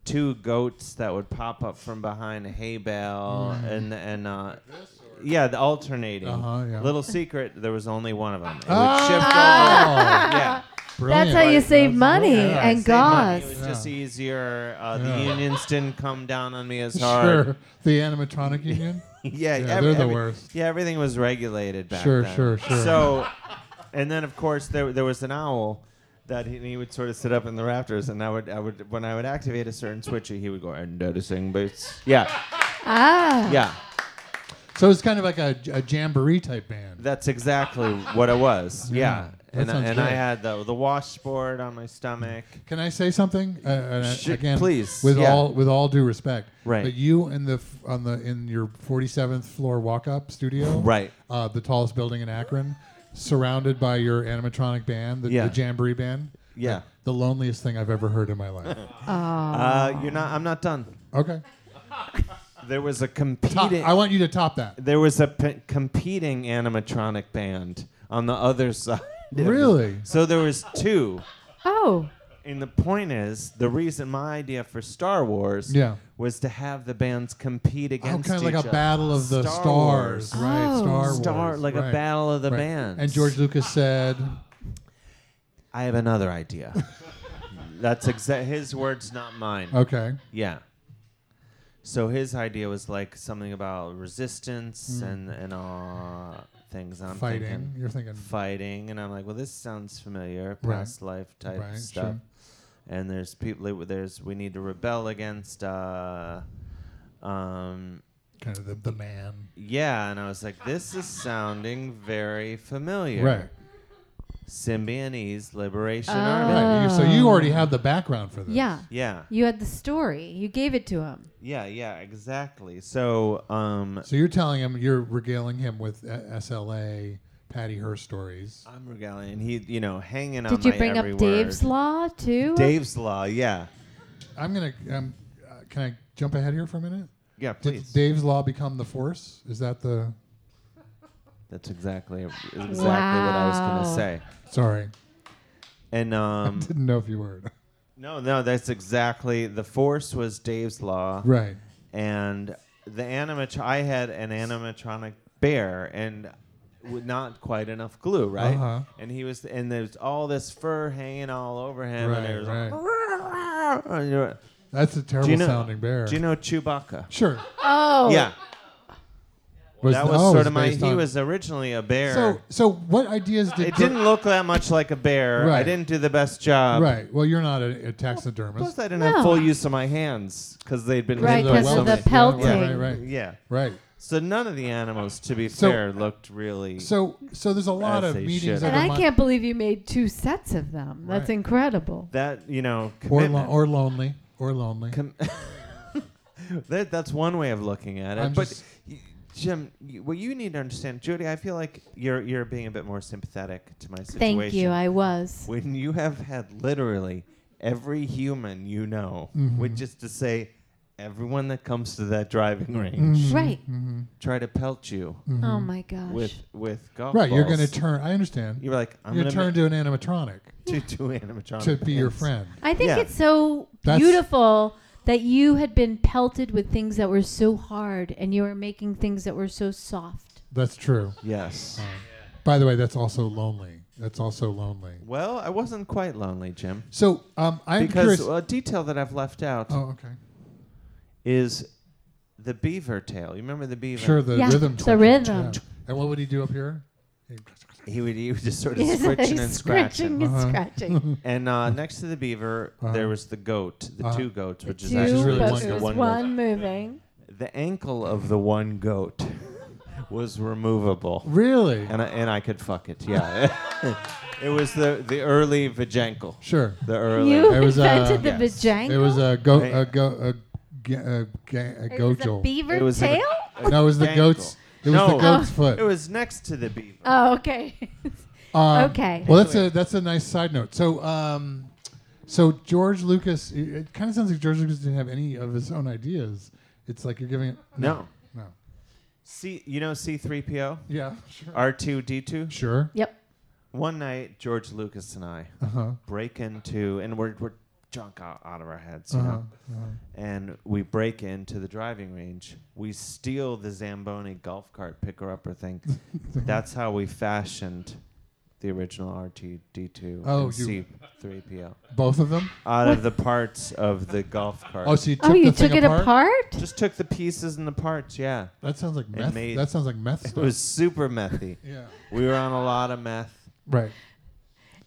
Two goats that would pop up from behind a hay bale, and and uh, yeah, the alternating. Mm. Uh-huh, yeah. Little secret, there was only one of them. It would Oh, shift over. Yeah, That's brilliant. how you save That's money brilliant. I and saved money. It gauze. was just Yeah. easier. Uh, Yeah. The unions didn't come down on me as hard. Sure. The animatronic union. yeah, Yeah, they're the worst. Yeah, everything was regulated back Sure, then. sure, sure. So, and then of course there there was an owl that he, he would sort of sit up in the rafters, and I would I would when I would activate a certain switcher, he would go and noticing boots. Yeah, Ah. yeah, So it's kind of like a, a jamboree type band. that's exactly what it was. Yeah, Yeah, that and I, sounds and I great. had the the washboard on my stomach. Can I say something? Uh, uh, Sure, again, please, With yeah. all with all due respect, Right. But you in the f- on the in your 47th floor walk up studio, Right. Uh, the tallest building in Akron, surrounded by your animatronic band, the, Yeah. the Jamboree band. Yeah. the loneliest thing I've ever heard in my life. Ah. Uh, you're not. I'm not done. Okay. There was a Top, competing. I want you to top that. there was a p- competing animatronic band on the other side. of it. Really? So there was two. Oh, And the point is, the reason my idea for Star Wars Yeah. was to have the bands compete Oh, against kind of like each a other. battle of the Star stars, Wars. right? Oh. Star Wars, Star like a right, battle of the right. bands. And George Lucas said, I have another idea. That's exa- his words, not mine. "Okay, Yeah. So his idea was like something about resistance and and all things. I'm Mm. fighting." thinking You're thinking, fighting, and I'm like, well, this sounds familiar, Right. past life type Right, stuff. sure. And there's people. There's we need to rebel against. Uh, um, kind of the, the man, yeah, and I was like, this is sounding very familiar. right? Symbionese Liberation Oh. Army. Right. You- so you already have the background for this. yeah. Yeah, You had the story. You gave it to him. yeah, yeah, exactly. So, um, So you're telling him, you're regaling him with uh, SLA, Patty Hearst stories. I'm regaling, and he, you know, hanging on. Did you my bring every up Dave's word. Law too? Dave's Law, yeah, I'm gonna. Um, uh, can I jump ahead here for a minute? yeah, Did please. Dave's Law become the Force? Is that the? That's exactly exactly what I was Wow. gonna say. Sorry, And um, didn't know if you were. no, no, that's exactly the force was Dave's Law, right. and the animatron. I had an animatronic bear, and with not quite enough glue, right? Uh-huh. And he was, and there's all this fur hanging all over him, and Right. there's. Right. Right. That's a Do you terrible know? sounding bear. Do you know Chewbacca? Sure. Oh, Yeah. Was- That was oh, it sort of my. based He on- was originally a bear. So, so what ideas did? it didn't um, look that much like a bear. I Right. didn't do the best job. Right. Well, you're not a, a taxidermist. Plus, I didn't No. have full use of my hands because they'd been Right, hit by 'cause so of the many- pelting. Yeah, Right, right, right, Yeah. right. So none of the animals, to be So- fair, looked really. So, so there's a lot As of they meetings should. over And I mon- can't believe you made two sets of them. That's Right. incredible. that you know, or, lo- commitment. or lonely, or lonely. Com- that, that's one way of looking at it. I'm but just- y- Jim, y what you need to understand, Judy, I feel like you're you're being a bit more sympathetic to my situation. Thank you. I was. when you have had literally every human you know, Mm-hmm. which is to say, everyone that comes to that driving range, Mm-hmm. Right. try to pelt you Oh my gosh. with with golf right. You're balls. going to turn. I understand. You're like I'm You're going going to turn to an animatronic to two animatronic to be your pants. friend. I think Yeah. it's so That's- beautiful that you had been pelted with things that were so hard and you were making things that were so soft. That's true. Um, Yes. By the way, that's also lonely. That's also lonely. Well, I wasn't quite lonely, Jim, So, um, I'm because a curious. detail that I've left out oh, okay. is the beaver tail. You remember the beaver? Sure. The Yeah, rhythm. the twitching, rhythm. yeah. And what would he do up here? He- He would he would just sort of He's scritching and scratching scratching. and scratching. And uh, next to the beaver, there was the goat, the Uh-huh. two goats, which is Two, actually really but one it goat. was one one, goat. moving. The ankle of the one goat was removable, Really? and I, and I could fuck it. Yeah, it was the the early vajankle, Sure. the early. You It was, uh, invented the Yes. vagina. It was a go Hey. a go a ga- a, ga- a gojol. beaver It was a- tail. No, it was the Ankle. goat's. It was No. the goat's foot. It was next to the beaver. oh, okay. Um, okay. Well, that's a that's a nice side note. So, um, so George Lucas. It, it kind of sounds like George Lucas didn't have any of his own ideas. It's like you're giving it. no, No. C, you know C three PO, Yeah. Sure. R two D two. Sure. yep. One night, George Lucas and I Uh huh. break into, and we're we're junk out, out of our heads, you Uh-huh. know. and we break into the driving range. We steal the Zamboni golf cart picker upper thing. That's how we fashioned the original RTD2 Oh, and you- C3PO Both of them. out of the parts of the golf cart. Oh, so you took Oh, the you thing took it apart? Just took the pieces and the parts, yeah. That sounds like meth. made- That sounds like meth It stuff. was super methy. yeah. We were on a lot of meth. Right.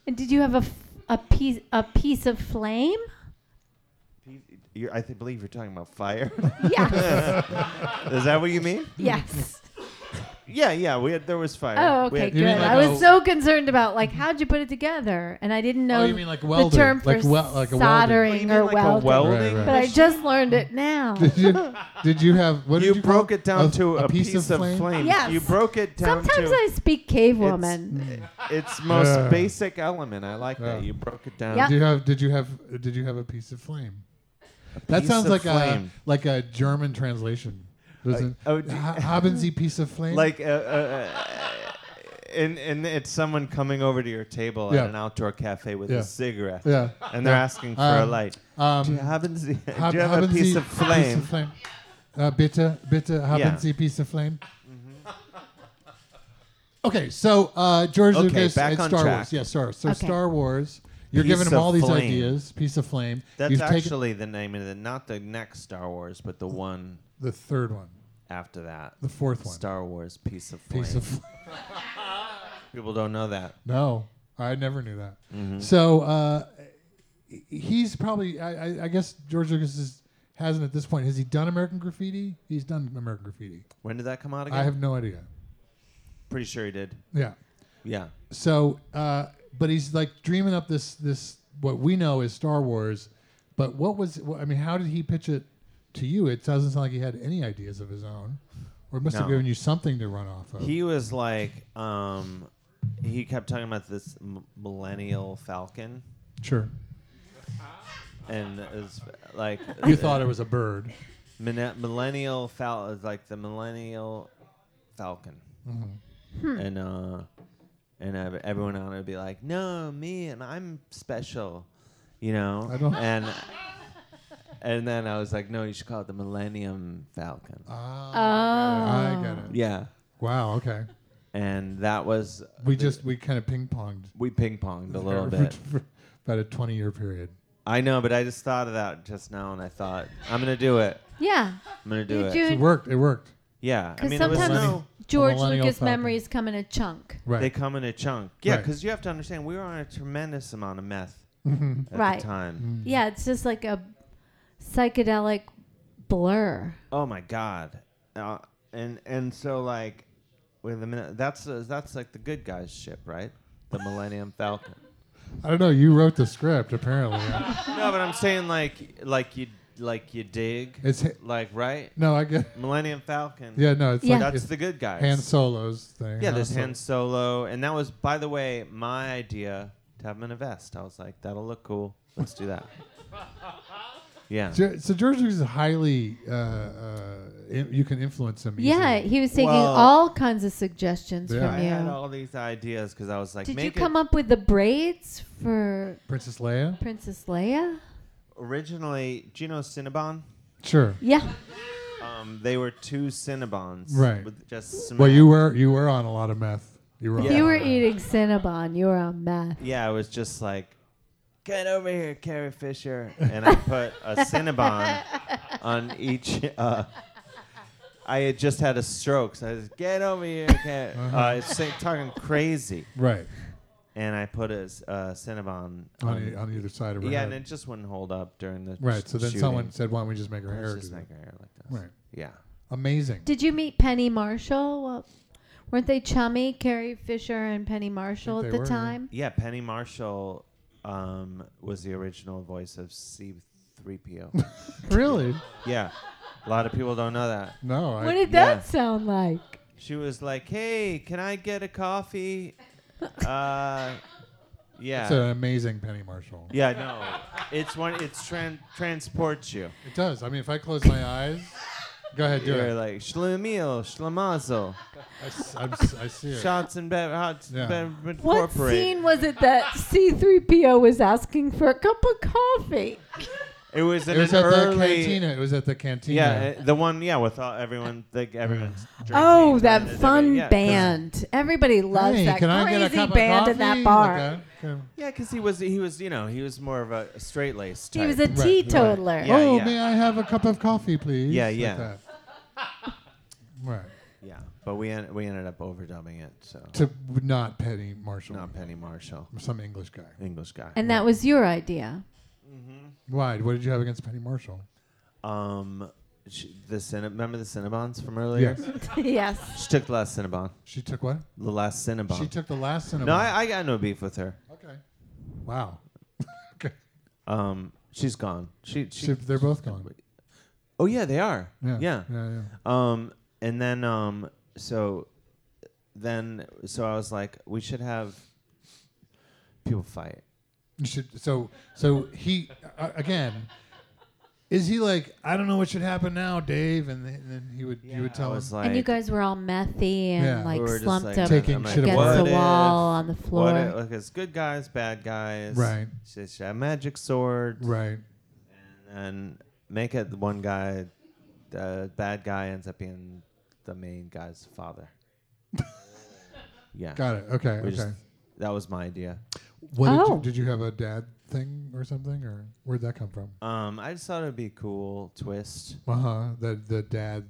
And did you have a, f- a piece a piece of flame? You're, I th- believe you're talking about fire. Yes. Is that what you mean? yes. Yeah, yeah. We had, there was fire. Oh, We okay, had- good. You mean like I was a- so concerned about like how'd you put it together, and I didn't know Oh, you mean like welder, the term like for wel- like a welder. Well, you soldering mean or like welding. a welding? Right, But I right. just learned it now. Did you, did you have what you did you call broke it down to a, piece, of, flame. Yes. You broke it down Sometimes to I speak cave It's- woman. its most Yeah. basic element. I like that. Yeah. You broke it down. Yeah. Did you have did you have did you have a piece of flame? That piece sounds of like flame. a like a German translation. Doesn't oh, d- Ha- haben Sie piece of flame? like uh, uh, uh, and and it's someone coming over to your table Yeah. at an outdoor cafe with Yeah. a cigarette, yeah. and they're Yeah. asking for a Um, light. Um, do you have, do you hab- have a haben piece Sie of flame? flame? Uh, bitte, bitte, haben Yeah. Mm-hmm. Sie piece of flame? Okay, so uh, George Okay, Lucas back and on Star track. Wars. Yeah, Star Wars. So Okay. Star Wars, you're Piece giving him of all these flame. ideas. Piece of flame. That's You've taken actually the name of it, not the next Star Wars, but the one the third one, after that. the fourth one. Star Wars piece of flame. piece of flame. People don't know that. No, I never knew that. Mm-hmm. So uh, he's probably, I, I, I guess George Lucas is, hasn't at this point. Has he done American Graffiti? He's done American Graffiti. When did that come out again? I have no idea. Pretty sure he did. Yeah. Yeah. So, uh, but he's like dreaming up this this what we know is Star Wars, but what was I mean? How did he pitch it to you? It doesn't sound like he had any ideas of his own, or must have No. given you something to run off of. He was like, um, he kept talking about this m- millennial Falcon, sure, and it was like you thought it was a bird. Mine- millennial fal is like the millennial falcon, Hmm. and uh, and ev- everyone on it would be like, "No, me and I'm special," you know. I don't- And and then I was like, "No, you should call it the Millennium Falcon." Uh. Ah, I get it. yeah, Wow. Okay. and that was We the- just we kind of ping ponged we ping ponged a little bit. about a twenty year period. I know, but I just thought of that just now, and I thought I'm gonna do it. Yeah. I'm gonna do You it. It do worked. It worked. yeah, I because mean, it was sometimes no. George Millennial Lucas Falcon. memories come in a chunk. Right. They come in a chunk. Yeah, Right. because you have to understand, we were on a tremendous amount of meth Mm-hmm. at Right. the time. Yeah, it's just like a psychedelic blur. Oh my god! Uh, and and so like, wait a minute. That's uh, that's like the good guys ship, right? The Millennium Falcon. I don't know. You wrote the script apparently. no, but I'm saying like like you like you dig, it's like right? no. I get. Millennium Falcon. Yeah. No. It's Yeah. like That's it's the good guys. Han Solo's thing. Yeah, Han there's Solo. Han Solo, and that was, by the way, my idea to have him in a vest. I was like, that'll look cool. Let's do that. Yeah. Ge- So George Lucas is highly. Uh, uh, in, you can influence him. Yeah, easily. he was taking Well- all kinds of suggestions Yeah. I had from you. all these ideas because I was like, Did you make come it up with the braids for Princess Leia. Princess Leia? originally. Do you know Cinnabon? Sure. Yeah. Um, they were two Cinnabons, Right. With just Well, smack- you were you were on a lot of meth. You were. on Yeah. a You lot were of meth. eating Cinnabon. You were on meth. Yeah, it was just like, get over here, Carrie Fisher, and I put a Cinnabon on each. Uh, I had just had a stroke, so I was get over here, Carrie. Uh-huh. uh say- talking crazy, Right and I put a s- uh, Cinnabon on, e- on either side of her Um, yeah, and head. it just wouldn't hold up during the right. So then shooting. someone said, "Why don't we just make her Let's hair?" just do that?" make her hair like this. Right. Yeah. Amazing. Did you meet Penny Marshall? Well, weren't they chummy, Carrie Fisher and Penny Marshall at they the were, yeah. time? Yeah, Penny Marshall um, was the original voice of C3PO. Really? yeah. A lot of people don't know that. No. I, What did yeah. that sound like? She was like, "Hey, can I get a coffee?" Uh yeah. It's an amazing Penny Marshall. yeah, no. It's one it's tran- transports you. It does. I mean, if I close my eyes, go ahead, do You're it. like schlemiel, schlemazel, I, s- I'm s- I see it. shots and bev hots Yeah. bev What scene was it that C3PO was asking for a cup of coffee? It was in It was an at the early cantina. It was at the cantina. Mm. Yeah, uh, the one yeah with all, everyone like everyone's drinking. Oh, and that then- fun yeah, 'cause- band. Everybody loves Hey, that can I get a crazy cup band of at coffee? that bar. Like that? Okay. Yeah, because he was he was you know he was more of a straight laced. He was a teetotaler. Yeah, oh, yeah. may I have a cup of coffee, please? Yeah, Like yeah. that. right. yeah, but we en- we ended up overdubbing it, so To not Penny Marshall. not Penny Marshall, Some English guy. English guy. And that was your idea. Why? What did you have against Penny Marshall? um, sh the Cinna- remember the Cinnabons from earlier? yes. She took the last Cinnabon, She took what? the last Cinnabon. She took the last cinema. no, I, I got no beef with her. okay. Wow. okay. Um, she's gone. She she. She, they're both gone. oh yeah, they are. Yeah. yeah. Yeah. yeah. Um, and then um, so then so I was like, we should have people fight. You should. So so he uh, again. is he like, I don't know what should happen now, Dave? And then, and then he would, you would tell I him. was like, Oh. and you guys were all methy and Yeah. like we were just slumped like, up Taking I'm like, shit against apart. the what if- wall on the What floor. if, like it's good guys, bad guys. Right. She, she had magic swords. right. and make it one guy the bad guy ends up being the main guy's father yeah Got it. Okay. We okay. just- that was my idea what did, Oh. you, did you have a dad thing or something? Or where'd that come from? um i just thought it'd be a cool twist Uh huh. The, the dad,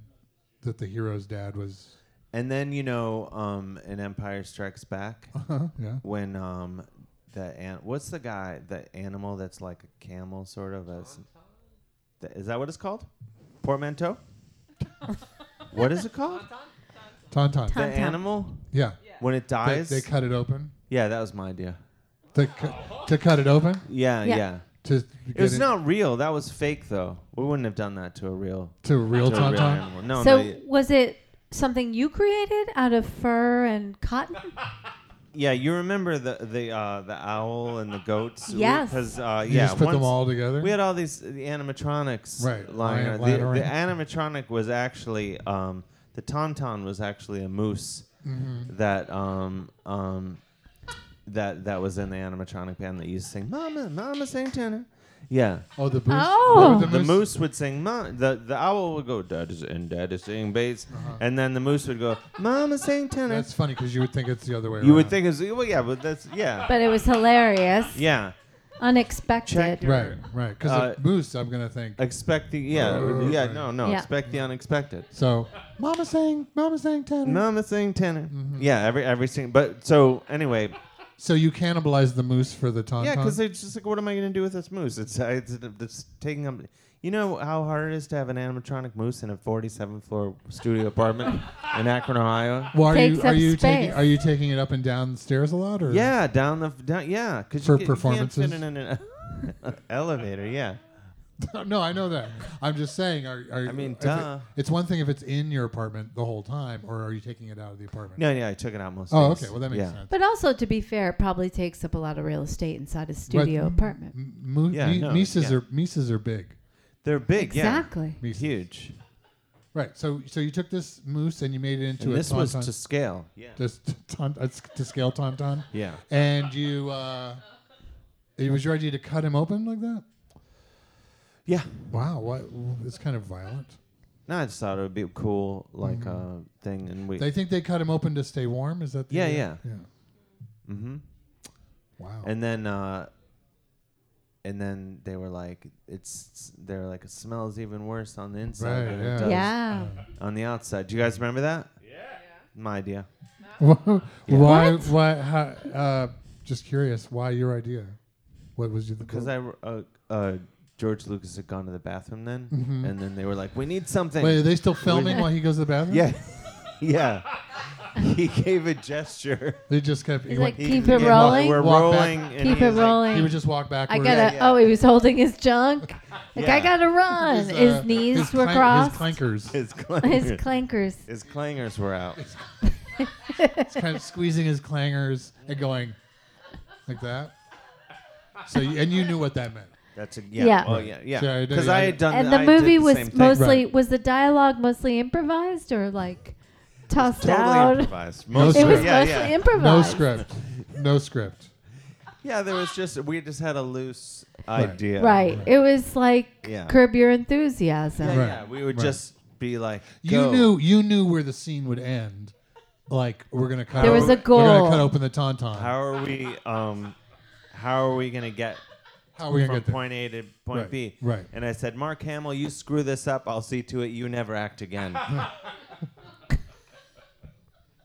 that the hero's dad was. and then you know um in empire strikes back Uh-huh, yeah. when um the an- what's the guy the animal that's like a camel sort of a s- th- is that what it's called portmanteau what is it called Tauntaun. the Tauntaun. animal yeah. when it They, dies they cut it open. yeah that was my idea To, cu- to cut it open? yeah Yeah. yeah To It was not real. That was fake, though. We wouldn't have done that to a real, To a real to a real tauntaun? animal. No, so no. y- was it something you created out of fur and cotton? Yeah, you remember the the uh, the owl and the goats? Yes. Because uh, yeah, You just put them once- all together? We had all these uh, the animatronics. Right, Lying lying- around. lying the, around. the animatronic was actually um, the tauntaun was actually a moose Mm-hmm. that um, um, that that was in the animatronic band that used to sing "Mama, Mama St. Tanner." Yeah. oh, the moose. Oh. what were the moose would sing mom the, the owl would go dad is and dad is singing bass and then the moose would go mama sing tenor Uh-huh. That's funny because you would think it's the other way around. you would think it's well yeah but that's yeah But it was hilarious, yeah unexpected. your- Right, right. Because Uh, moose, I'm going to think. expect the yeah Right. yeah no no Yeah. expect the unexpected So, Mama sang, Mama sang Tanner. mama sing tenor Mm-hmm. yeah every every sing but so anyway So you cannibalized the moose for the tauntaun? yeah because they're just like what am I gonna do with this moose it's it's, it's taking up you know how hard it is to have an animatronic moose in a 47th floor studio apartment in Akron Ohio Well, are Takes you are up you taking space. are you taking it up and down the stairs a lot? Or Yeah, down the f- down, yeah, because For you, get- you can't fit performances? in an elevator. Yeah, no, I know that. I'm just saying. Are, are I mean, if it- duh. it's one thing if it's in your apartment the whole time, or are you taking it out of the apartment? no, yeah, I took it out most. Oh, days. okay. Well, that makes yeah. sense. But also, to be fair, it probably takes up a lot of real estate inside a But m- studio apartment. m- mo- Yeah, me- no, Mises yeah. are Mises are big, They're big, Exactly. yeah, Mises. huge. right? So so you took this moose and you made it into And a this was tauntaun, to scale. Yeah, this taunt, uh, s- to scale tauntaun, yeah. and you uh, it was your idea to cut him open like that. Yeah. Wow, what it's kind of violent. No, I just thought it would be a cool, like, uh, thing, and we. Mm-hmm. They think they cut him open to stay warm. Is that the Yeah, uh, yeah. yeah. hmm Wow. And then, uh, and then they were like, "It's." They're like, "It smells even worse on the inside Right, than yeah. it does yeah. on the outside." Do you guys remember that? Yeah. My idea. Wha- why? Why? How, uh, just curious. Why your idea? What was your? Because I, wr- uh, uh, George Lucas had gone to the bathroom then, Mhm. and then they were like, "We need something." wait. Are they still filming while he goes to the bathroom? yeah, yeah. he gave a gesture. They just kept. he He's went- like, He- keep he- it yeah, well, rolling. We're Walk back. rolling. and Keep he it was like- rolling. he would just walk I backwards. gotta. yeah. Oh, he was holding his junk. Like Yeah. I gotta run. His, His, uh, knees his were clank- crossed. His clankers. his clangers. His His, clankers. clangers were out. It's kind of squeezing his clangers and going like that. So you, and you knew what that meant. That's a yeah. Yeah. Oh yeah, Yeah, I yeah. do- Because yeah, I I had do. done. And th- the I did movie the was same thing. mostly Right. was the dialogue mostly improvised or like tossed totally out. improvised. It Mostly, was yeah, mostly yeah. improvised. No script. No script. yeah, there was just we just had a loose Right. idea. Right. It was like Yeah. curb your Yeah, enthusiasm. Right. yeah. We would Right. just be like, You go. knew you knew where the scene would end. Like we're gonna cut. There was open- a We're goal. gonna cut open the tauntaun. How are we? Um, how are we gonna get How are we from gonna get there? point A to point Right, B. right. And I said, Mark Hamill, you screw this up. I'll see to it. You never act again. But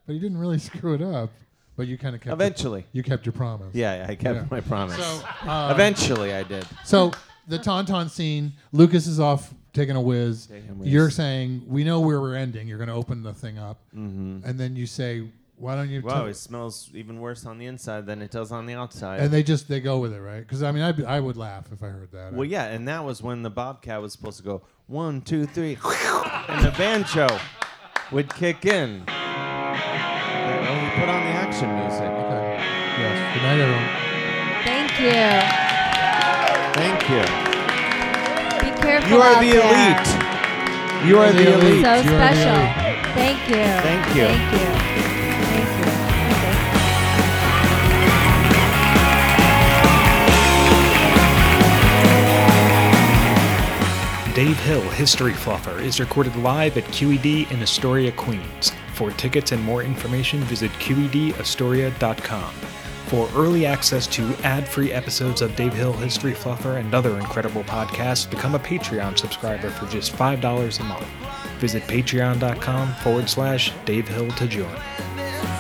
you didn't really screw it up. But you kind of kept. your- Eventually. you kept your promise. yeah, I kept Yeah. my promise. So, uh, Eventually, I did. so the tauntaun scene. Lucas is off taking a whiz. Taking a whiz. You're saying we know where we're ending. You're going to open the thing up, mm-hmm. and then you say, "Why don't you?" Wow, tell- it smells even worse on the inside than it does on the outside. and they just they go with it, right? Because I mean, I'd, be- I would laugh if I heard that. well, yeah, and that was when the Bobcat was supposed to go one, two, three, and the banjo would kick in. They only put on the action music. Okay. Yes. Good night, everyone. Thank you. Thank you. Be careful wonderful. You are out the there. elite. You are the So elite. You are the special. elite. Thank you. Thank you. Thank you. Thank you. Thank you. Dave Hill History Fluffer is recorded live at QED in Astoria, Queens. For tickets and more information, visit E QEDAstoria.com. For early access to ad free episodes of Dave Hill History Fluffer and other incredible podcasts, become a Patreon subscriber for just $5 a month. Visit patreon.com forward slash Dave Hill to join. Thank